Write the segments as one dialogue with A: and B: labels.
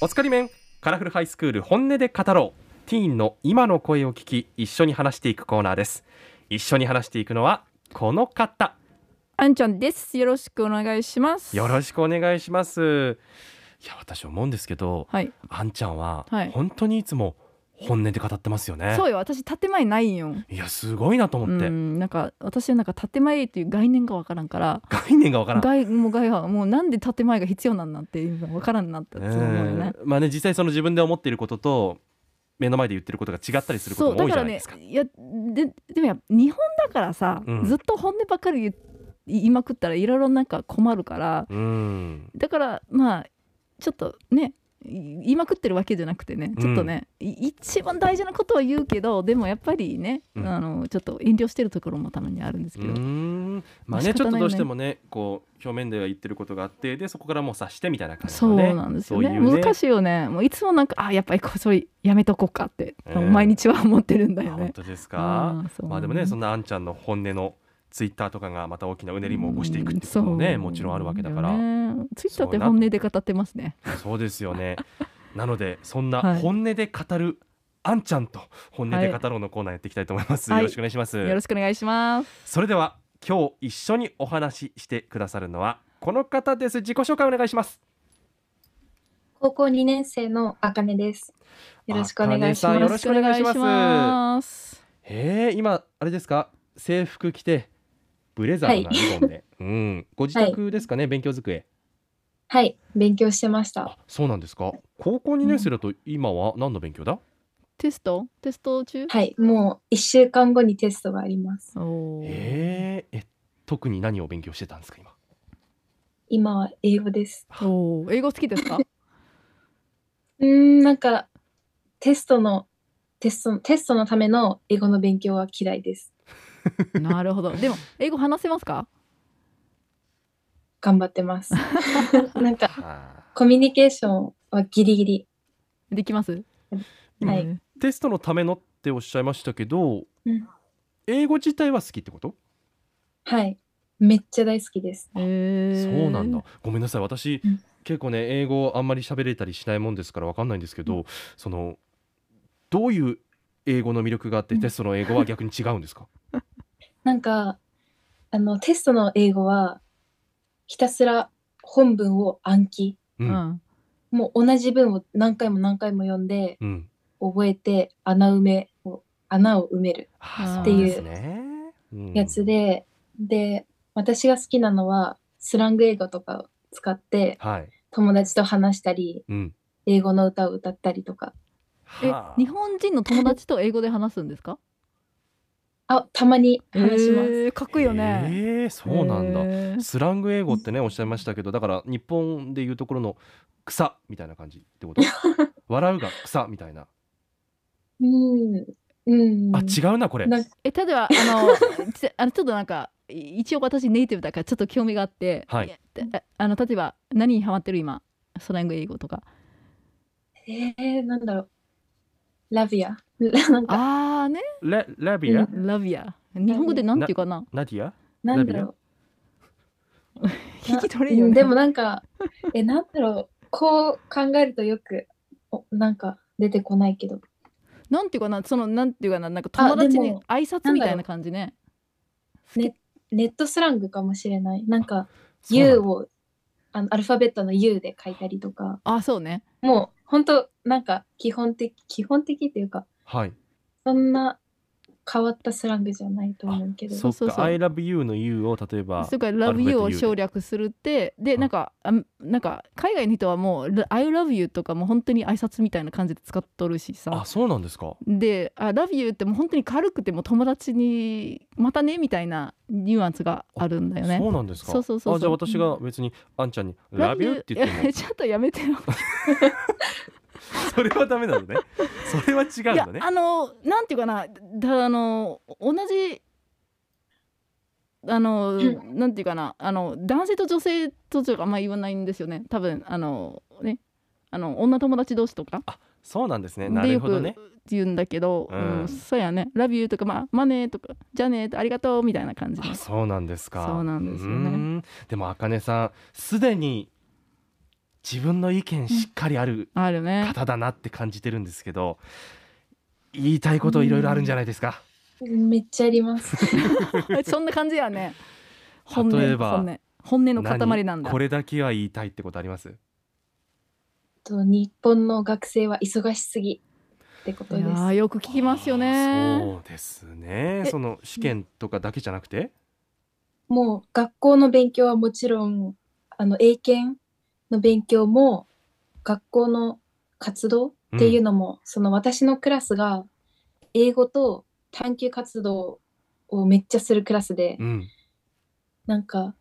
A: 光面カラフルハイスクール本音で語ろうティーンの今の声を聞き一緒に話していくコーナーです一緒に話していくのはこの方
B: あんちゃんです。よろしくお願いします。
A: よろしくお願いしますいや私思うんですけど
B: はい。
A: あんちゃんは
B: はい
A: 本当にいつも本音で語ってますよね、
B: そうよ。私建前ないんよ。
A: い、やすごいなと
B: う
A: 思って、
B: ん。なんか私はなんか建前という概念がわからんから。
A: 概念がわからん
B: 概もう概はもうなんで建前が必要なんなんて今わからんなったって思うよね。
A: うんまあね実際その自分で思っていることと目の前で言ってることが違ったりすること
B: そ
A: も
B: うだ
A: 多い
B: か
A: じゃ
B: ら
A: ないで
B: ね
A: すか。
B: いやででもやっぱ日本だからさ、
A: うん
B: ずっと本音ばっかり言言いまくったらいろいろなんか困るから
A: うん
B: だからまあちょっとねい言いまくってるわけじゃなくてねちょっとね、い一番大事なことは言うけどでもやっぱりね、
A: うん
B: あのちょっと遠慮してるところもたまにあるんです
A: う
B: けど、
A: んまあ
B: ま
A: ね
B: あ仕方ないね
A: ちょっとどうしてもねこう表面では言ってることがあってでそこからもう察してみたいな感じ
B: そ
A: の
B: う
A: ね
B: なんですよね
A: そういうね
B: 難しいよねもういつもなんかあやっぱりこうそれやめとこうかって、
A: えー
B: 毎日は思ってるんだ
A: あ
B: よ
A: 本
B: ね。
A: 当です
B: う
A: か
B: んそう
A: まあでもねそんなあんちゃんの本音のツイッターとかがまた大きなうねりも起こしていくっていうこともね
B: うん
A: もちろんあるわけだから
B: そうよねツイッターって本音で語ってますね
A: そうですよ ねなのでそんな
B: はい
A: 本音で語るあんちゃんと本音で語ろうのコーナーやっていきたいと思います、
B: はい
A: よろしくお願いします、
B: よろしくお願いします
A: それでは今日一緒にお話ししてくださるのはこの方です自己紹介お願いします
C: 高校2年生のあかねです。よろしくお願いし
A: あかねさんよ
C: ま
A: ろ
C: す。
A: しくお願いします
B: よろくお願いします
A: へえ今あれですか制服着てブレザーの
C: は
A: ズボン で、うんご自宅ですかね、勉強机
C: はい、勉強してました。
A: あそうなんですか高校2年生だと今は何の勉強だ、
B: テストテスト中、
C: はい、もう1週間後にテストがあります。
B: おー
A: へええ特に何を勉強してたんですか今
C: 今は英語です。
B: おー英語好きですか
C: うーん、なんかテストのテストテストのための英語の勉強は嫌いです。
B: なるほどでも英語話せますか
C: 頑張って ます。なんか
A: はあ
C: コミュニケーションはギリギリ。
B: できます
A: 今
C: はい
A: テストのためのっておっしゃいましたけど、
C: うん
A: 英語自体は好きってこと
C: はい、めっちゃ大好きです。
B: えー
A: そうなんだ。ごめんなさい。私、
C: うん
A: 結構ね英語あんまり喋れたりしないもんですからわかんないんですけど、そのどういう英語の魅力があって、
C: うん
A: テストの英語は逆に違うんですか。
C: なんかあのテストの英語はひたすら本文を暗記。
A: う、
B: うんん、
C: もう同じ文を何回も何回も読んで
A: うん、
C: 覚えて穴埋めを穴を埋める
A: あー
B: っ
A: そ
B: て
A: う
B: いう
A: ですね。うん
C: やつ、で、で私が好きなのはスラング英語とかを使って
A: はい、
C: 友達と話したり
A: うん、
C: 英語の歌を歌ったりとか
B: え
A: はあ
B: 日本人の友達と英語で話すんですか
C: あたまに話します、
B: えーかっこいいよ
A: え
B: ね、
A: ーそうなんだ。
B: えー
A: スラング英語ってねおっしゃいました けどだから日本でいうところの草みたいな感じって こと笑うが草みたいな
C: うんうん
A: あ違うなこれ
C: なんか
B: え例えばあのちあのちょっとなんかい一応私ネイティブだからちょっと興味があって、
A: はい
B: やああの例えば何にハマってる今スラング英語とか
C: えー、なんだろうラビアなんか
B: あーね
A: ララビア、
B: ラビア日本語でなんていうかな
A: ナディア
C: なんだろう
B: 聞き取れるよ
C: う
B: ね
C: んでもなんかえなんだろうこう考えるとよくおなんか出てこないけど
B: なんていうかなそのなんていうかななんか友達
C: あで
B: に
C: も
B: 挨拶みたいな感じね
C: ねネットスラングかもしれないなんか
A: そうなんだ
C: U をあのアルファベットの U で書いたりとか
B: あそうね
C: もう本当なんか基本的基本的っていうか
A: はい
C: そんな変わったスラングじゃないと思うけど
A: そっか
B: そうそうそう
A: I love you の you を例えば
B: それから「
A: アルファベッ
B: LoveYou」
A: ト U
B: を省略するってで
A: うん
B: なんかあなんか海外の人はもう「I love you」とかもう本当に挨拶みたいな感じで使っとるしさ
A: あそうなんですか
B: で「あ Love You」ってもう本当に軽くてもう友達に「またね」みたいなニュアンスがあるんだよ
A: そ
B: ね。
A: うなんですか
B: そうそうそうそう
A: あじゃあ私が別にあんちゃんに love you って言って
B: い
A: も
B: やちょっとやめてよ。
A: それはダメなのねそれは違うん
B: いや
A: だね
B: あのなんていうかなだあの同じあの
C: う
B: なんていうかなあの男性と女性ととかあんま言わないんですよね多分あのねあの女友達同士とか
A: そうなんですねな
B: で
A: る
B: よ
A: ほど
B: く
A: ね
B: 言うんだけど、
A: うん
B: うんそうやね「ラビュー」とか「まあ、マネー」とか「じゃあね」とか「ありがとう」みたいな感じで
A: あそうなんですか
B: そうなんですよね
A: ねでもあかねさんすでに自分の意見しっかりある
B: あるね
A: 方だなって感じてるんですけど言いたいこといろいろあるんじゃないですか、
C: めっちゃあります。
B: そんな感じやね本音
A: 例えば
B: 本音本音の塊なんだ
A: 何これだけは言いたいってことあります
C: と日本の学生は忙しすぎってこと
B: い
C: で
B: や
C: す。
B: ーよく聞きますよ
A: あー
B: ね
A: そうですね
B: え
A: その試験とかだけじゃなくて
C: もう学校の勉強はもちろんあの英検の勉強も学校の活動っていうのも、その私のクラスが英語と探究活動をめっちゃするクラスで、
A: うん
C: なんか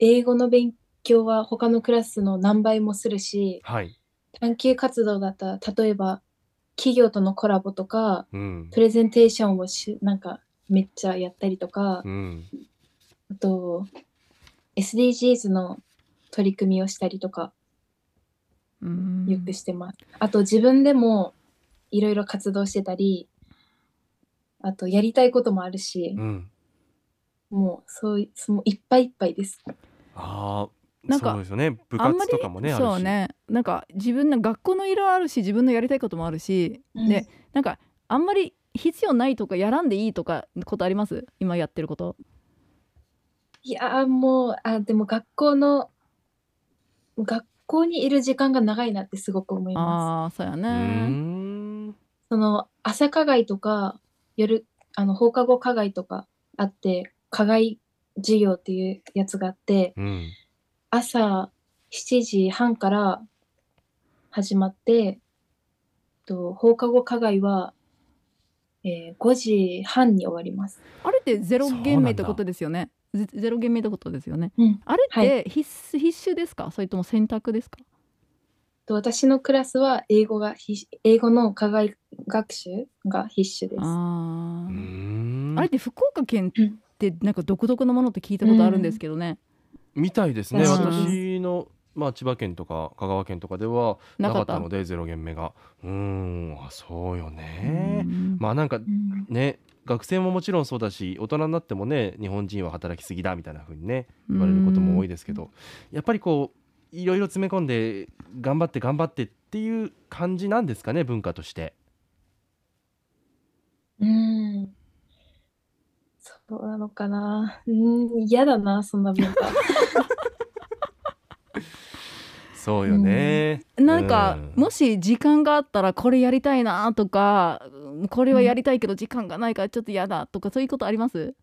C: 英語の勉強は他のクラスの何倍もするし
A: はい
C: 探究活動だったら例えば企業とのコラボとか
A: うん
C: プレゼンテーションをしなんかめっちゃやったりとか、
A: うん
C: あと、SDGs の取り組みをしたりとか、
B: うん
C: よくしてます。あと、自分でもいろいろ活動してたり、あと、やりたいこともあるし
A: う、ん
C: もう、そうい、そのいっぱいいっぱいです。
A: ああ
B: なんか
A: そうですよね部
B: あんま
A: 活
B: り
A: とかもねあるし
B: そうねなんか自分の学校の色あるし自分のやりたいこともあるし、
C: うん
B: でなんかあんまり必要ないとかやらんでいいとかことあります今やってること
C: いやー、もう、あ、でも学校の、学校にいる時間が長いなってすごく思います。
B: ああそうや
A: うー
B: ね
A: ん
C: その、朝課外とか、夜、あの、放課後課外とかあって、課外授業っていうやつがあって、
A: うん
C: 朝7時半から始まって、と放課後課外は、えー5時半に終わります。
B: あれってゼロ限命ってことですよねゼゼロ限命ってことですよね
C: うん
B: あれって必須、必修ですかそれとも選択ですか
C: と私のクラスは英語が必英語の課外学習が必須です。
B: あ
A: う
B: あ、
A: ーん
B: あれって福岡県ってなんか独特のものって聞いたことあるんですけどね、
A: みたいですね
C: うん
A: 私のまあ千葉県とか香川県とかではなか
B: なか
A: っ
B: ったた
A: のでゼロ限目がうーんあそうよ
B: う
A: ね
B: ん
A: まあなんか
C: うん
A: ね学生ももちろんそうだし大人になってもね日本人は働きすぎだみたいな風にね言われることも多いですけどやっぱりこういろいろ詰め込んで頑張って頑張ってっていう感じなんですかね文化として。
C: うんそうなのかな。うん、嫌だな、そんな文化。
A: そうよね、
B: なんか、
A: うん
B: もし時間があったらこれやりたいなとかうんこれはやりたいけど時間がないからちょっと嫌だとかそういうことあります、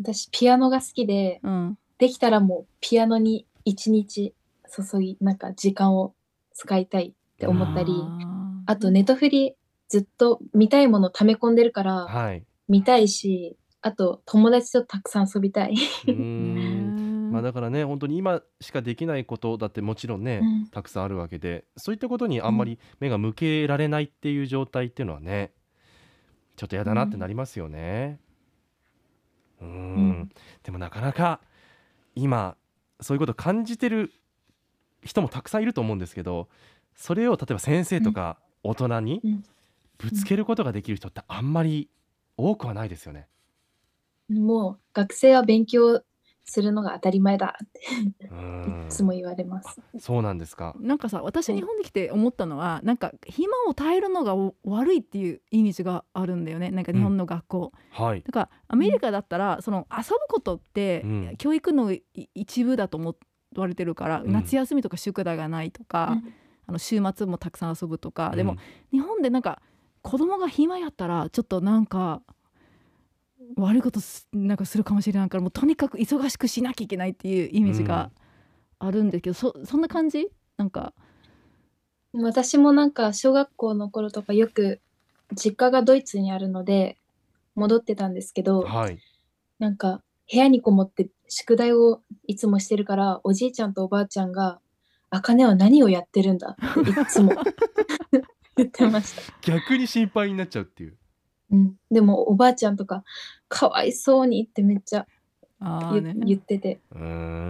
C: 私、ピアノが好きで、
B: うん、
C: できたらもうピアノに一日注ぎ、なんか時間を使いたいって思ったり。あと、ネトフリずっと見たいもの溜め込んでるから、
A: はい。
C: 見たいし、あと、友達とたくさん遊びたい。
A: うー
B: うんん
A: まあだからね本当に今しかできないことだってもちろんね、
C: うん
A: たくさんあるわけでそういったことにあんまり目が向けられないっていう状態っていうのはねちょっとやだなってなりますよね。うーん
C: うん
A: でもなかなか今そういうこと感じてる人もたくさんいると思うんですけどそれを例えば先生とか大人に
C: うん
A: ぶつけることができる人ってあんまり多くはないですよね。
C: もう、学生は勉強するのが当たり前だって
A: う
C: い
A: ーん
C: つも言われます。
A: そうなんですか。
B: なんかさ私
C: うん
B: 日本に来て思ったのはなんか暇を耐えるのがお悪いっていうイメージがあるんだよねなんか日本の学校、
A: はい。
B: だからアメリカだったらその遊ぶことって
A: うん
B: 教育のい一部だと思われてるから、
A: うん
B: 夏休みとか宿題がないとか、あの週末もたくさん遊ぶとか、でも日本でなんか子供が暇やったらちょっとなんか悪いことすなんかするかもしれないからもうとにかく忙しくしなきゃいけないっていうイメージがあるんですけど、そそんな感じなんか
C: 私もなんか、小学校の頃とかよく、実家がドイツにあるので、戻ってたんですけ
A: うん
C: ど、
A: はい。
C: なんか、部屋にこもって宿題をいつもしてるから、おじいちゃんとおばあちゃんが、あかねは何をやってるんだっていつも 言ってました。
A: 逆に心配になっちゃうっていう。
C: うん、でもおばあちゃんとかかわいそうにってめっちゃ
B: あ
C: 言,、言ってて
B: や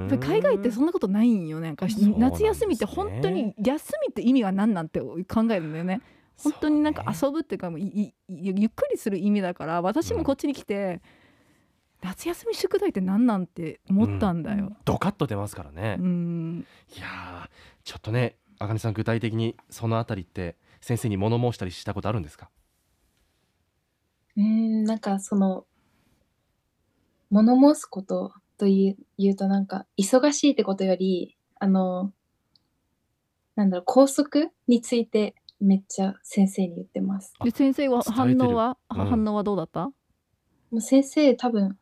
B: っぱり海外ってそんなことないんよねなんか
A: そうなんですね
B: 夏休みって本当に休みって意味は何なんて考えるんだよね本当になんか遊ぶっていうかもういいいゆっくりする意味だから私もこっちに来て、夏休み宿題って何なんて思ったんだよ。
A: ドカッと出ますからね、
B: うん、
A: いやーちょっとねあかねさん具体的にそのあたりって先生に物申したりしたことあるんですか
C: うーん、なんかその、物申すことという言うとなんか、忙しいってことより、あの、なんだろう、校則についてめっちゃ先生に言ってます。
B: で先生は
A: 伝え
B: 反
A: てる
B: 応は、
A: うん
B: 反応はどうだった？
C: もう先生多分、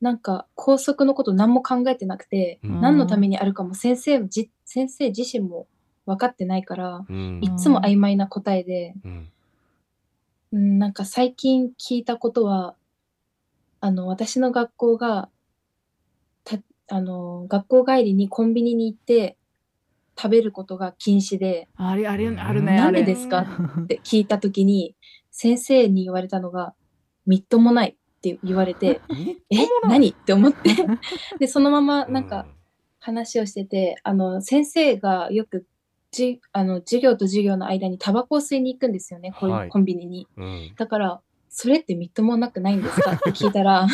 C: なんか校則のこと何も考えてなくて、
A: うん
C: 何のためにあるかも先生じ先生自身も分かってないから、
A: うん
C: いつも曖昧な答えで、
A: うん
C: うん、なんか最近聞いたことは、あの、私の学校が、た、あの、学校帰りにコンビニに行って食べることが禁止で、
B: あれあれ
A: うん
B: あるね。
C: なんで
B: あれ
C: ですかって聞いたときに、先生に言われたのが、みっともないって言わ れて、え、何って思って、で、そのままなんか、話をしてて、あの、先生がよく、じあの授業と授業の間にタバコを吸いに行くんですよね、こういう
A: はい
C: コンビニに。
A: うんうん
C: だから、それってみっともなくないんですかって聞いたら、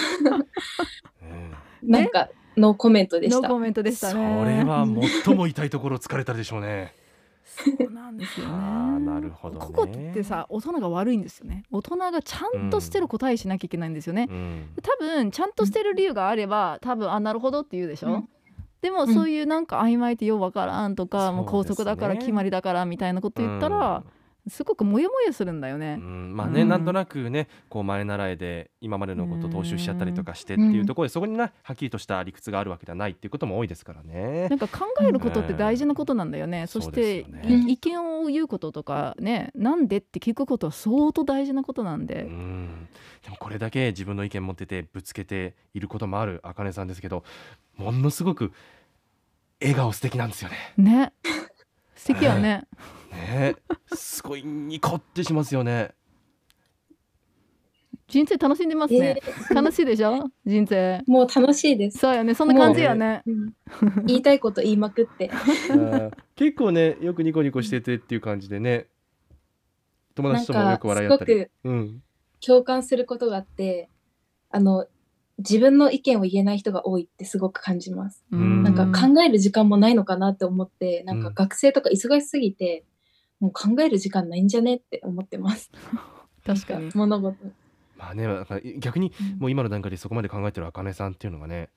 A: うん
C: なんか、ノーコメントで
B: ノ
C: し
B: ー
C: た。
B: コメントでしたね。
A: それは最も痛いところを疲れたでしょうね。
B: そうなんですよね。
A: はあなるほどね
B: ここってさ大人が悪いんですよね。大人がちゃんとしてる答えしなきゃいけないんですよね。
A: うん
B: 多分ちゃんとしてる理由があれば多分あなるほどって言うでしょ、
C: うん
B: でも
C: うん
B: そういうなんか曖昧ってようわからんとか、もう
A: そう
B: 高
A: ですね
B: 速だから決まりだからみたいなこと言ったら、すごくモヤモヤするんだよ
A: う
B: ね。
A: んまあね、
B: うん
A: なんとなくねこう前習いで今までのことを踏襲しちゃったりとかしてっていうところで、そこになはっきりとした理屈があるわけではないっていうことも多いですから ね。
B: なんか考えることって大事なことなんだよね、
A: ん
B: そして
A: そうですよ
C: ね
B: い意見を言うこととかねなんでって聞くことは相当大事なことなん
A: う
B: で、
A: んでもこれだけ自分の意見持っててぶつけていることもあるあかねさんですけどものすごく笑顔素敵なんですよね。
B: ね素敵よね、
A: ねすごいニコってしますよね。
B: 人生楽しんでます
C: え
B: ね、
C: ー
B: 楽しいでしょ人生
C: もう楽しいです。
B: そうよねそんな感じよね
C: うん 言いたいこと言いまくって。
A: 結構ねよくニコニコしててっていう感じでね友達ともよく笑い合った
C: なん
A: り
C: か。
A: うん
C: 共感することがあって、あの、自分の意見を言えない人が多いってすごく感じます。
A: う
B: うんん
C: なんか考える時間もないのかなって思って、なんか学生とか忙しすぎて、もう考える時間ないんじゃねって思ってます。
B: 確かに
C: 物事。
A: まあねなんか逆にもう今の段階でそこまで考えてるあかねさんっていうのがね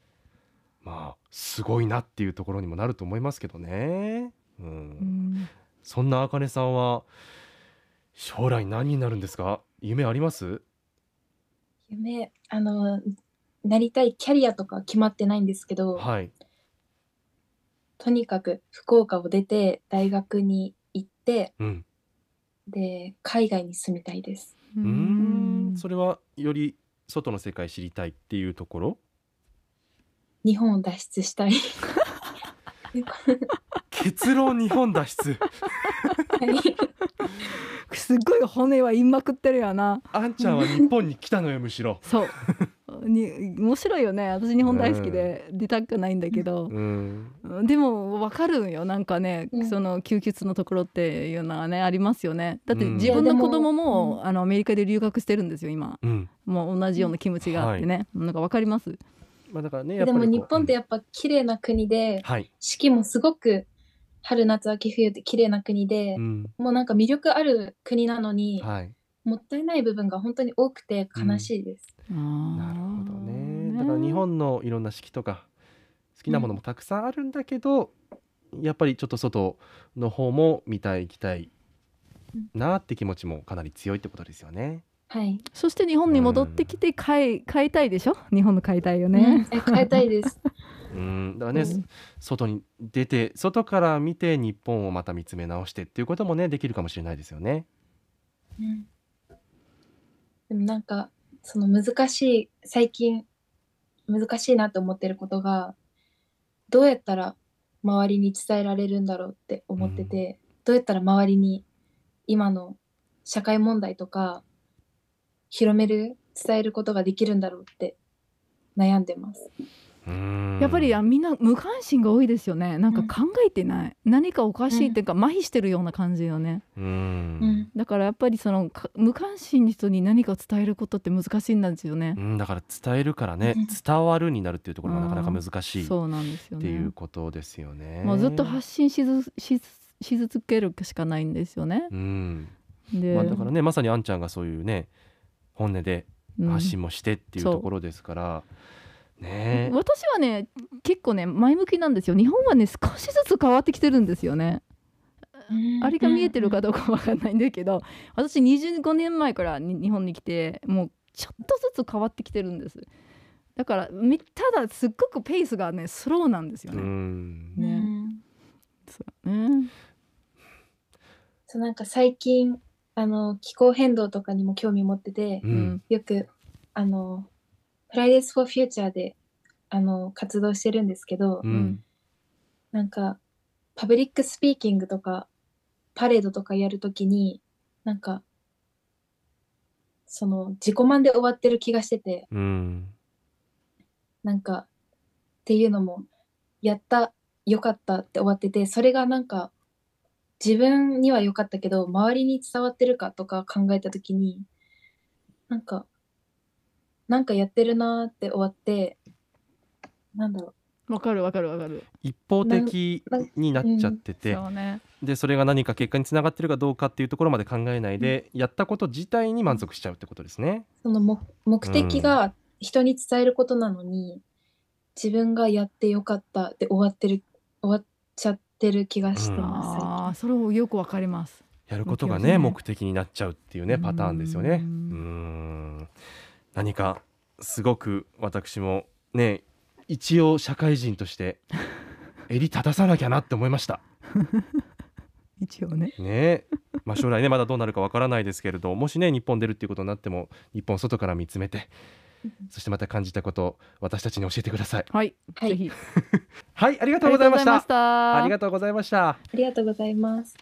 A: まあすごいなっていうところにもなると思いますけどね。うん
B: うん
A: そんなあかねさんは将来何になるんですか夢あります
C: 夢、あの、なりたいキャリアとか決まってないんですけど、
A: はい。
C: とにかく福岡を出て大学に行って、
A: うん、
C: で、海外に住みたいです。
B: う
A: うんんそれはより外の世界知りたいっていうところ
C: 日本を脱出した い。
A: 結論日本脱 出
B: すっごい骨は言いまくってるよな
A: あんちゃんは日本に来たのよむしろ。
B: そう に面白いよね私日本大好きで出たくないんだけど、
A: うん、
B: でも分かるよなんかね、
C: うん
B: その窮屈のところっていうのはねありますよねだって
A: うん
B: 自分の子供
C: いやで
B: も、あのアメリカで留学してるんですよ今
A: うん、
B: もう同じような気持ちがあってね、なんか分かります
A: まあだからねやっ
C: で
A: ぱりこ
C: も
A: う
C: 日本って
A: うん
C: やっぱ綺麗な国で、
A: はい、
C: 四季もすごく春夏秋冬って綺麗な国で
A: う、ん、
C: もうなんか魅力ある国なのに、
A: はい、
C: もったいない部分が本当に多くて悲しいです。
A: な
B: な
A: るほどね。だから日本のいろんな式とか好きなものもたくさんあるんだけど、やっぱりちょっと外の方も見たい行きたいなって気持ちもかなり強いってことですよね。
C: はい。
B: そして日本に戻ってきて買い買いたいでしょ日本の買いたいよね、
C: うんえ変えたいです。
A: うん、だからね、
B: うん
A: 外に出て外から見て日本をまた見つめ直してっていうこともねできるかもしれないですよね。
C: うんでもなんか、その難しい、最近難しいなと思ってることが、どうやったら周りに伝えられるんだろうって思ってて、どうやったら周りに今の社会問題とか広める、伝えることができるんだろうって悩んでます。
A: ううん
B: やっぱりあみんな無関心が多いですよねなんか考えてない、何かおかしいっていうか、麻痺してるような感じよね
A: う
C: うんん、
B: だからやっぱりそのか無関心の人に何か伝えることって難しいんですよね
A: う、んだから伝えるからね
C: うん
A: 伝わるになるっていうところがなかなか難しいっ
B: そうなんですよ
A: て
B: ね
A: いうことですよね。
B: もうずっと発信しずしし続けるしかないんですよね
A: うん
B: で、
A: まあ、だからねまさにあんちゃんがそういうね本音で
B: うん
A: 発信もしてっていう
B: そう
A: ところですから、ね
B: 私はね結構ね前向きなんですよ日本はね少しずつ変わってきてるんですよね、あれが見えてるかどうかわかんないんだけど私25年前からに日本に来てもうちょっとずつ変わってきてるんですだからみただすっごくペースがねスローなんですよ
A: う
B: ね,、
A: ん
C: うん
B: ね
C: うん
B: そうね
C: そうなんか最近あの気候変動とかにも興味持ってて
A: う
B: うんん
C: よくあの Fridays for Future であの活動してるんですけど、
A: うん
C: なんかパブリックスピーキングとかパレードとかやるときになんかその自己満で終わってる気がしてて
A: うん
C: なんかっていうのもやったよかったって終わっててそれがなんか自分には良かったけど周りに伝わってるかとか考えた時になんかなんかやってるなーって終わってなんだろ
B: わかるわかるわかる
A: 一方的になっちゃってて、
B: そうね
A: でそれが何か結果につながってるかどうかっていうところまで考えないで、やったこと自体に満足しちゃうってことですね。
C: うその目目的が人に伝えることなのに、自分がやってよかったって終わってる終わっちゃってる気がして
B: あ
C: ま
B: あそれをよくわかります
A: やることが
B: 目標
A: ね
B: ですね
A: 目的になっちゃうっていうねパターンですよね。う
B: うん
A: ん何かすごく私もね一応社会人として襟正さなきゃなって思いました。
B: 一応ね
A: ねまあ、将来ねまだどうなるかわからないですけれどもしね日本出るっていうことになっても日本を外から見つめてそしてまた感じたことを私たちに教えてください。
B: はい、
C: す、はい
B: ぜひ
A: はいありがとうございました。
B: あ
A: あ
B: り
A: り
B: が
A: がとうございました。
C: ありがとうございます